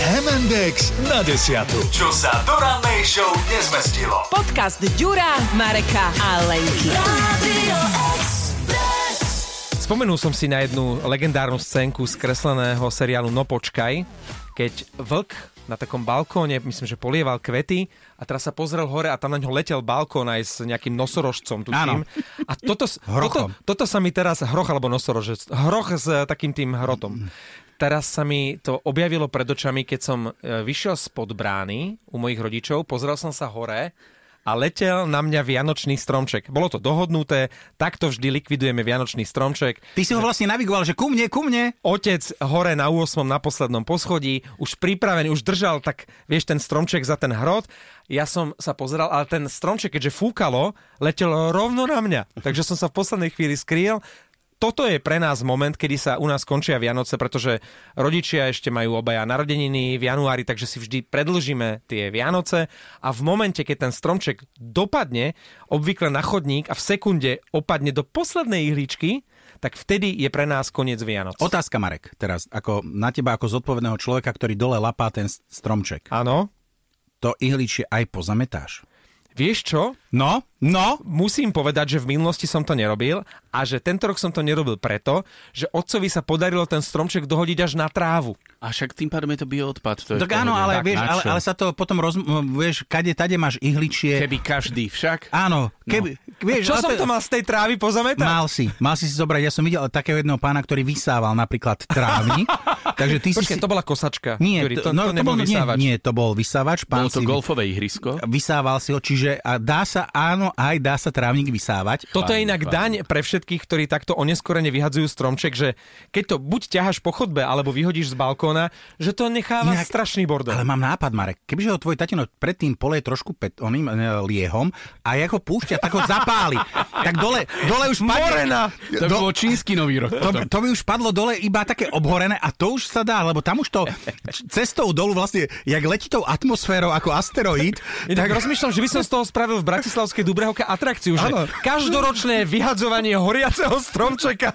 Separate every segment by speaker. Speaker 1: Index na desiatu. Čo sa do rannej show nezmestilo.
Speaker 2: Podcast Ďura, Mareka a Lenky.
Speaker 3: Spomenul som si na jednu legendárnu scénku z kresleného seriálu No počkaj, keď vlk na takom balkóne, myslím, že polieval kvety a teraz sa pozrel hore a tam na ňo letel balkón aj s nejakým nosorožcom, tuším. A toto, s- toto,
Speaker 4: Hrochom.
Speaker 3: toto sa mi teraz, hroch alebo nosorožec, hroch s e, takým tým hrotom. Teraz sa mi to objavilo pred očami, keď som e, vyšiel spod brány u mojich rodičov, pozrel som sa hore a letel na mňa vianočný stromček. Bolo to dohodnuté, takto vždy likvidujeme vianočný stromček.
Speaker 4: Ty si ho vlastne navigoval, že ku mne, ku mne.
Speaker 3: Otec hore na 8. na poslednom poschodí, už pripravený, už držal tak, vieš, ten stromček za ten hrot. Ja som sa pozeral, ale ten stromček, keďže fúkalo, letel rovno na mňa. Takže som sa v poslednej chvíli skrýl. Toto je pre nás moment, kedy sa u nás končia Vianoce, pretože rodičia ešte majú obaja narodeniny v januári, takže si vždy predlžíme tie Vianoce a v momente, keď ten stromček dopadne, obvykle na chodník a v sekunde opadne do poslednej ihličky, tak vtedy je pre nás koniec Vianoc.
Speaker 4: Otázka, Marek, teraz, ako na teba ako zodpovedného človeka, ktorý dole lapá ten s- stromček. A
Speaker 3: Áno.
Speaker 4: to ihličie aj pozametáš.
Speaker 3: Vieš čo?
Speaker 4: No, no,
Speaker 3: Musím povedať, že v minulosti som to nerobil a že tento rok som to nerobil preto, že otcovi sa podarilo ten stromček dohodiť až na trávu.
Speaker 5: A však tým pádom je to bioodpad. To je
Speaker 4: tak
Speaker 5: v
Speaker 4: áno,
Speaker 5: pohode.
Speaker 4: ale,
Speaker 5: Tak
Speaker 4: vieš,
Speaker 5: na
Speaker 4: ale,
Speaker 5: čo?
Speaker 4: ale sa to potom roz... m, vieš, kade, tade máš ihličie.
Speaker 5: Keby každý však.
Speaker 4: Áno, keby... No.
Speaker 3: Čo
Speaker 4: Vieš, ale
Speaker 3: som to mal z tej trávy pozametať?
Speaker 4: Mal si, mal si si zobrať, ja som videl takého jedného pána, ktorý vysával napríklad trávnik, takže ty
Speaker 3: Počkej,
Speaker 4: si...
Speaker 3: to bola kosačka.
Speaker 4: Nie,
Speaker 3: Juri, to,
Speaker 4: no,
Speaker 3: to, nebol
Speaker 4: bol, nie,
Speaker 3: vysávač.
Speaker 4: nie, to bol vysávač. Pán
Speaker 5: Bolo to
Speaker 4: si
Speaker 5: golfové ihrisko.
Speaker 4: Vysával si ho, čiže a dá sa, áno, aj dá sa trávnik vysávať.
Speaker 3: Toto je
Speaker 5: Fajn,
Speaker 3: inak
Speaker 5: fajn.
Speaker 3: daň pre všetkých, ktorí takto oneskorene vyhadzujú stromček, že keď to buď ťaháš po chodbe, alebo vyhodíš z balkóna, že to necháva
Speaker 4: Inak-
Speaker 3: strašný bordel.
Speaker 4: Ale mám nápad, Marek. Kebyže ho tvoj tatino predtým poleje trošku pet, oným e, liehom a jak ho púšťa, tak ho zapáli. tak dole, dole už padne.
Speaker 3: Morena!
Speaker 5: To by bol čínsky nový rok.
Speaker 4: To, to by už padlo dole iba také obhorené a to už sa dá, lebo tam už to č- cestou dolu vlastne, jak letí tou atmosférou ako asteroid,
Speaker 3: Inak tak... rozmýšľam, že by som z toho spravil v Bratislavskej Dubrehoke atrakciu, že
Speaker 4: Áno.
Speaker 3: každoročné vyhadzovanie horiaceho stromčeka.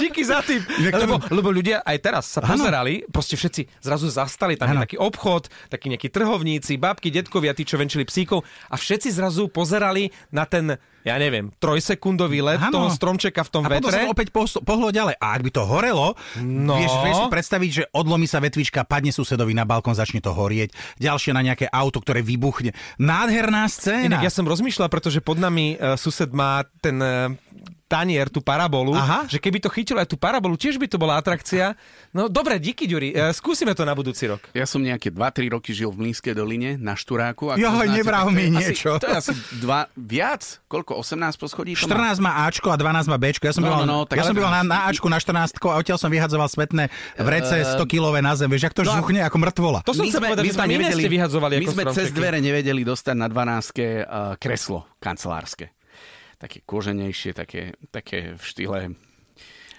Speaker 3: Díky za tým.
Speaker 4: Inak to
Speaker 3: Lebo, lebo ľudia aj teraz sa
Speaker 4: Áno.
Speaker 3: pozerali, proste všetci zrazu zastali, tam je
Speaker 4: Áno.
Speaker 3: taký obchod, takí nejakí trhovníci, babky, detkovia, tí, čo venčili psíkov a všetci zrazu pozerali na ten, ja neviem, trojsekundový let
Speaker 4: Áno.
Speaker 3: toho stromčeka v tom
Speaker 4: a potom sa
Speaker 3: vetre.
Speaker 4: to opäť pohlo, pohlo ďalej. A ak by to horelo,
Speaker 3: No.
Speaker 4: no. vieš, vieš si predstaviť, že odlomí sa vetvička, padne susedovi na balkón, začne to horieť, ďalšie na nejaké auto, ktoré vybuchne. Nádherná scéna.
Speaker 3: Inak ja som rozmýšľal, pretože pod nami uh, sused má ten uh, tanier, tú parabolu,
Speaker 4: Aha.
Speaker 3: že keby to chytilo aj tú parabolu, tiež by to bola atrakcia. No dobre, díky, Ďuri, uh, skúsime to na budúci rok.
Speaker 5: Ja som nejaké 2-3 roky žil v Mlínskej doline na Šturáku. Ak to
Speaker 4: Joj,
Speaker 5: znáte,
Speaker 4: nevrav
Speaker 5: tak to je
Speaker 4: mi
Speaker 5: asi-
Speaker 4: niečo.
Speaker 5: To je asi dva, viac? Koľko? 18 poschodí? to má?
Speaker 4: 14 má Ačko a 12 má Bčko. Ja som
Speaker 5: No,
Speaker 4: býval,
Speaker 5: no, no, tak
Speaker 4: ja som
Speaker 5: ale-
Speaker 4: býval na, na Ačku na 14 a odtiaľ som vyhadzoval svetné vrece 100 kilové na zem. Vieš, ak to
Speaker 5: Ehm, no a-
Speaker 4: žuchne ako mrtvola.
Speaker 3: To som chcel povedať, že sme my ste vyhadzovali
Speaker 5: my
Speaker 3: ako
Speaker 5: sme cez
Speaker 3: stromčeky.
Speaker 5: dvere nevedeli dostať na 12 uh, kreslo kancelárske. Také koženejšie, také, také v štýle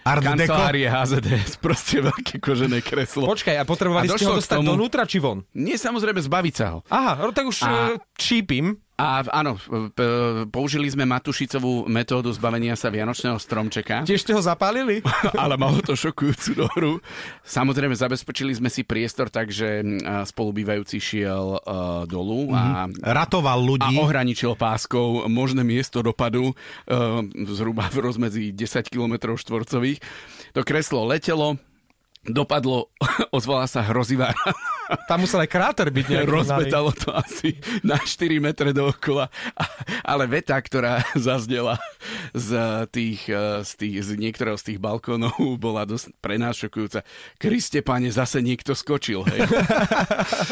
Speaker 4: Art Deco.
Speaker 5: kancelárie HZDS, proste veľké kožené kreslo.
Speaker 3: Počkaj, a potrebovali
Speaker 5: A
Speaker 3: ste ho
Speaker 5: došlo k
Speaker 3: dostať
Speaker 5: tomu-
Speaker 3: donútra či von?
Speaker 5: Nie, samozrejme, zbaviť sa ho.
Speaker 3: Aha, no tak už uh,
Speaker 5: A-
Speaker 3: čípim.
Speaker 5: A áno, p- použili sme Matušicovú metódu zbavenia sa Vianočného stromčeka.
Speaker 3: Tiež ste ho zapálili?
Speaker 5: ale malo to šokujúcu dohru. Samozrejme, zabezpečili sme si priestor tak, že mm, a spolubývajúci šiel uh, dolu a,
Speaker 4: Ratoval
Speaker 5: a
Speaker 4: ľudí.
Speaker 5: ohraničil páskou možné miesto dopadu uh, zhruba v rozmedzi 10 km štvorcových. To kreslo letelo, dopadlo, ozvala sa hrozivá
Speaker 3: Tam musel aj kráter byť nejaký.
Speaker 5: Rozmetalo to asi na 4 metre dookola. A- Ale veta, ktorá zaznela z, tých, eh, z, tých, z niektorého z tých balkónov, bola dosť pre nás šokujúca. Kriste, pane, zase niekto skočil. Hej.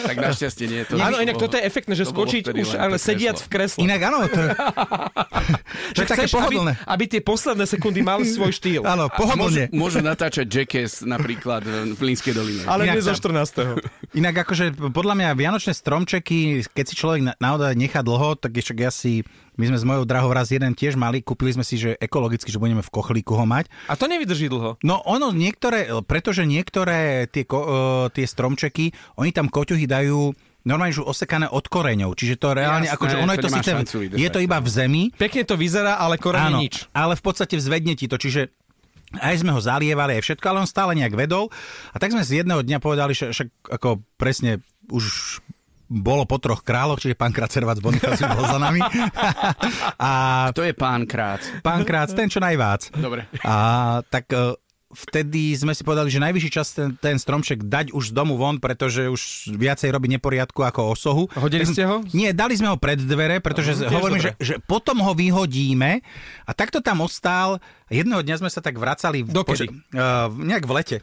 Speaker 5: tak našťastie nie. To
Speaker 3: Áno,
Speaker 5: bolo-
Speaker 3: inak toto je efektné, že
Speaker 5: to bolo
Speaker 3: skočiť
Speaker 5: vtedy
Speaker 3: už,
Speaker 5: len
Speaker 3: ale
Speaker 5: to
Speaker 3: sediac v
Speaker 5: kreslo.
Speaker 3: kresle.
Speaker 4: Inak áno, to, to
Speaker 3: Že
Speaker 4: je také
Speaker 3: chceš, aby,
Speaker 4: pohodlné.
Speaker 3: aby tie posledné sekundy mali svoj štýl.
Speaker 4: Áno,
Speaker 5: A
Speaker 4: pohodlne.
Speaker 5: Môžu, môžu natáčať Jackass napríklad v Plínskej doline.
Speaker 3: Ale
Speaker 4: Inak
Speaker 3: nie zo
Speaker 4: tam.
Speaker 3: 14.
Speaker 4: Inak akože podľa mňa vianočné stromčeky, keď si človek na- naozaj nechá dlho, tak ešte ja si, my sme s mojou drahou raz jeden tiež mali, kúpili sme si, že ekologicky, že budeme v kochlíku ho mať.
Speaker 3: A to nevydrží dlho.
Speaker 4: No ono niektoré, pretože niektoré tie, ko, uh, tie stromčeky, oni tam koťuhy dajú normálne že osekané od koreňov. Čiže to reálne,
Speaker 5: Jasné,
Speaker 4: akože ono je
Speaker 5: to
Speaker 4: to
Speaker 5: nemá
Speaker 4: síce,
Speaker 5: šancu vydržať, no.
Speaker 4: je to iba v zemi,
Speaker 3: Pekne to vyzerá, ale korene nič.
Speaker 4: ale v podstate vzvedne ti to, čiže Aj sme ho zalievali, aj všetko, ale on stále nejak vedol. A tak sme z jedného dňa povedali, že však ako presne už bolo po troch králoch, čiže pán Kracervac Bonifáciu bol za nami. a
Speaker 5: To je pán Krác.
Speaker 4: pán Krác, ten čo najvác.
Speaker 5: Dobre.
Speaker 4: A tak e, vtedy sme si povedali, že najvyšší čas ten, ten stromček dať už z domu von, pretože už viacej robí neporiadku ako osohu.
Speaker 3: Hodili
Speaker 4: Tak sme-
Speaker 3: ste ho?
Speaker 4: Nie, dali sme ho pred dvere, pretože
Speaker 3: tiež
Speaker 4: hovorím, že,
Speaker 3: dobre.
Speaker 4: že potom ho vyhodíme a takto tam ostál. Jedného dňa sme sa tak vracali... v-
Speaker 3: Dokedy?
Speaker 4: uh, nejak v lete.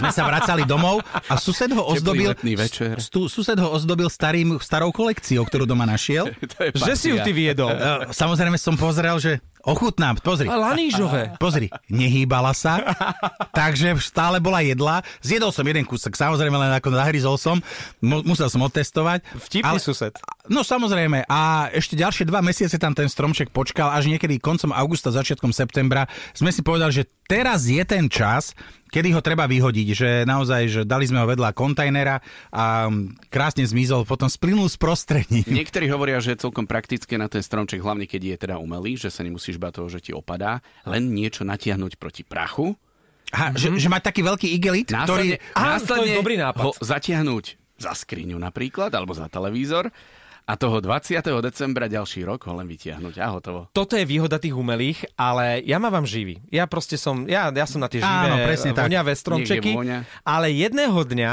Speaker 4: sme sa vracali domov a sused ho ozdobil...
Speaker 5: letný večer.
Speaker 4: s- tu- sused ho ozdobil starým, starou kolekciou, ktorú doma našiel.
Speaker 5: To je
Speaker 3: Že si ju ty viedol.
Speaker 4: Eh, Samozrejme som pozrel, že ochutnám, pozri.
Speaker 3: A lanížové.
Speaker 4: Pozri, nehýbala sa, takže stále bola jedla. Zjedol som jeden kúsok, samozrejme len ako zahryzol som, mu- musel som otestovať.
Speaker 3: Vtipný sused.
Speaker 4: No samozrejme, a ešte ďalšie dva mesiace tam ten stromček počkal, až niekedy koncom augusta, začiatkom septembra sme si povedali, že teraz je ten čas, kedy ho treba vyhodiť, že naozaj, že dali sme ho vedľa kontajnera a mm, krásne zmizol, potom splynul z prostredí.
Speaker 5: Niektorí hovoria, že je celkom praktické na ten stromček, hlavne keď je teda umelý, že sa nemusíš bať toho, že ti opadá, len niečo natiahnuť proti prachu.
Speaker 4: Aha, že, že mať taký veľký igelit,
Speaker 5: Následne,
Speaker 4: ktorý...
Speaker 5: ktorý,
Speaker 3: Á,
Speaker 5: následne
Speaker 3: to je dobrý nápad.
Speaker 5: ho zatiahnuť za skriňu napríklad, alebo za televízor a toho 20. decembra ďalší rok ho len vytiahnuť a hotovo.
Speaker 3: Toto je výhoda tých umelých, ale ja mám vám živý. Ja proste som, ja, ja som na tie živé
Speaker 4: Áno, presne tak.
Speaker 3: voňavé stromčeky,
Speaker 5: Niekde voňa.
Speaker 3: ale jedného dňa,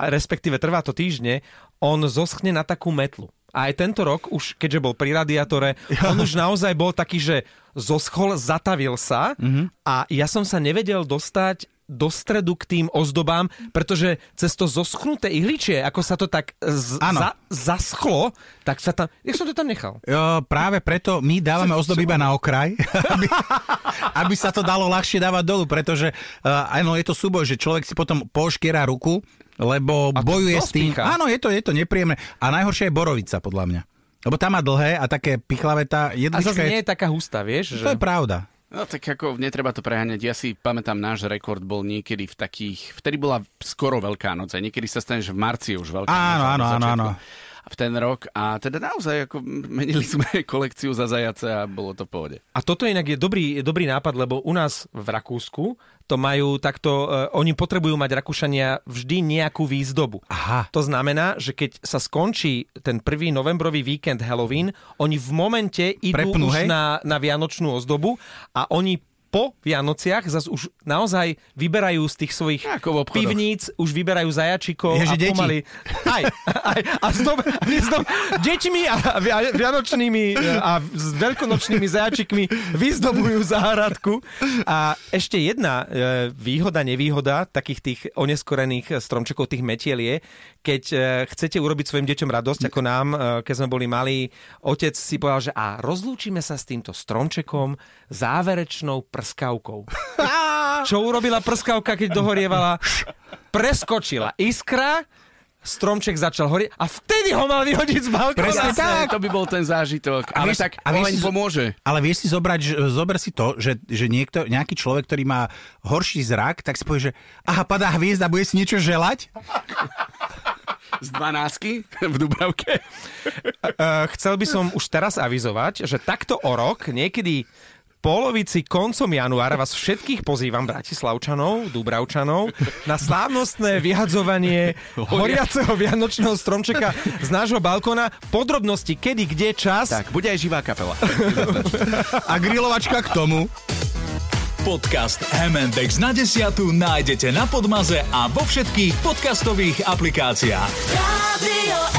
Speaker 3: a respektíve trvá to týždne, on zoschne na takú metlu. A aj tento rok, už keďže bol pri radiátore, on už naozaj bol taký, že zoschol, zatavil sa
Speaker 4: Mhm.
Speaker 3: a ja som sa nevedel dostať do stredu k tým ozdobám, pretože cez to zoschnuté ihličie, ako sa to tak z-
Speaker 4: Áno.
Speaker 3: za- zaschlo, tak sa tam... Ja som to tam nechal.
Speaker 4: Jo, práve preto my dávame ozdoby iba na okraj, aby, aby sa to dalo ľahšie dávať dolu, pretože uh, áno, je to súboj, že človek si potom poškiera ruku, lebo
Speaker 3: A to
Speaker 4: bojuje
Speaker 3: dosť
Speaker 4: s tým.
Speaker 3: pichá.
Speaker 4: Áno, je to, je to nepríjemné. A najhoršie je borovica, podľa mňa. Lebo tá má dlhé a také pichlavé tá
Speaker 3: A zase
Speaker 4: jedlička.
Speaker 3: nie
Speaker 4: Je,
Speaker 3: je taká hustá, vieš?
Speaker 4: to je pravda.
Speaker 5: No tak ako, netreba to preháňať. Ja si pamätám, náš rekord bol niekedy v takých... Vtedy bola skoro Veľká noc a niekedy sa stane, že v marci je už Veľká noc.
Speaker 4: Áno,
Speaker 5: alebo
Speaker 4: áno, áno,
Speaker 5: začiatku.
Speaker 4: áno.
Speaker 5: A v ten rok. A teda naozaj, ako menili sme kolekciu za zajace a bolo to v pohode.
Speaker 3: A toto inak je dobrý, je dobrý nápad, lebo u nás v Rakúsku to majú takto, e, oni potrebujú mať Rakúšania vždy nejakú výzdobu.
Speaker 4: Aha.
Speaker 3: To znamená, že keď sa skončí ten prvý novembrový víkend Halloween, oni v momente idú
Speaker 4: Prepnú,
Speaker 3: už
Speaker 4: hej?
Speaker 3: na, na vianočnú ozdobu a oni po Vianociach zase už naozaj vyberajú z tých svojich
Speaker 5: Ako v obchodoch.
Speaker 3: pivníc, už vyberajú zajačikov a
Speaker 4: Ježi, deti.
Speaker 3: pomaly... Aj, aj, a s, dob- s dob- deťmi a, vi- a vianočnými e, a s veľkonočnými zajačikmi vyzdobujú záhradku. A ešte jedna e, výhoda, nevýhoda takých tých oneskorených stromčekov, tých metiel je, keď e, chcete urobiť svojim deťom radosť, ako nám, e, keď sme boli malí, otec si povedal, že a rozlúčime sa s týmto stromčekom záverečnou prskavkou. Čo urobila prskavka, keď dohorievala? Preskočila iskra, stromček začal horieť a vtedy ho mal vyhodiť z balkóna.
Speaker 4: Presne tak.
Speaker 5: To by bol ten zážitok. Ale
Speaker 4: vieš-
Speaker 5: tak,
Speaker 4: a vieš
Speaker 5: oheň
Speaker 4: si zo-
Speaker 5: pomôže.
Speaker 4: Ale vieš si zobrať, že- zober si to, že, že niekto, nejaký človek, ktorý má horší zrak, tak si povie, že aha, padá hviezda, bude si niečo želať?
Speaker 5: Z dvanásky v Dubravke.
Speaker 3: Eh, chcel by som už teraz avizovať, že takto o rok, niekedy polovici koncom januára vás všetkých pozývam, Bratislavčanov, Dubravčanov, na slávnostné vyhadzovanie horiaceho vianočného stromčeka z nášho balkóna. Podrobnosti, kedy, kde, čas.
Speaker 5: Tak, bude aj živá kapela.
Speaker 4: A grilovačka k tomu.
Speaker 1: Podcast M&X na desiatu nájdete na Podmaze a vo všetkých podcastových aplikáciách.
Speaker 6: Radio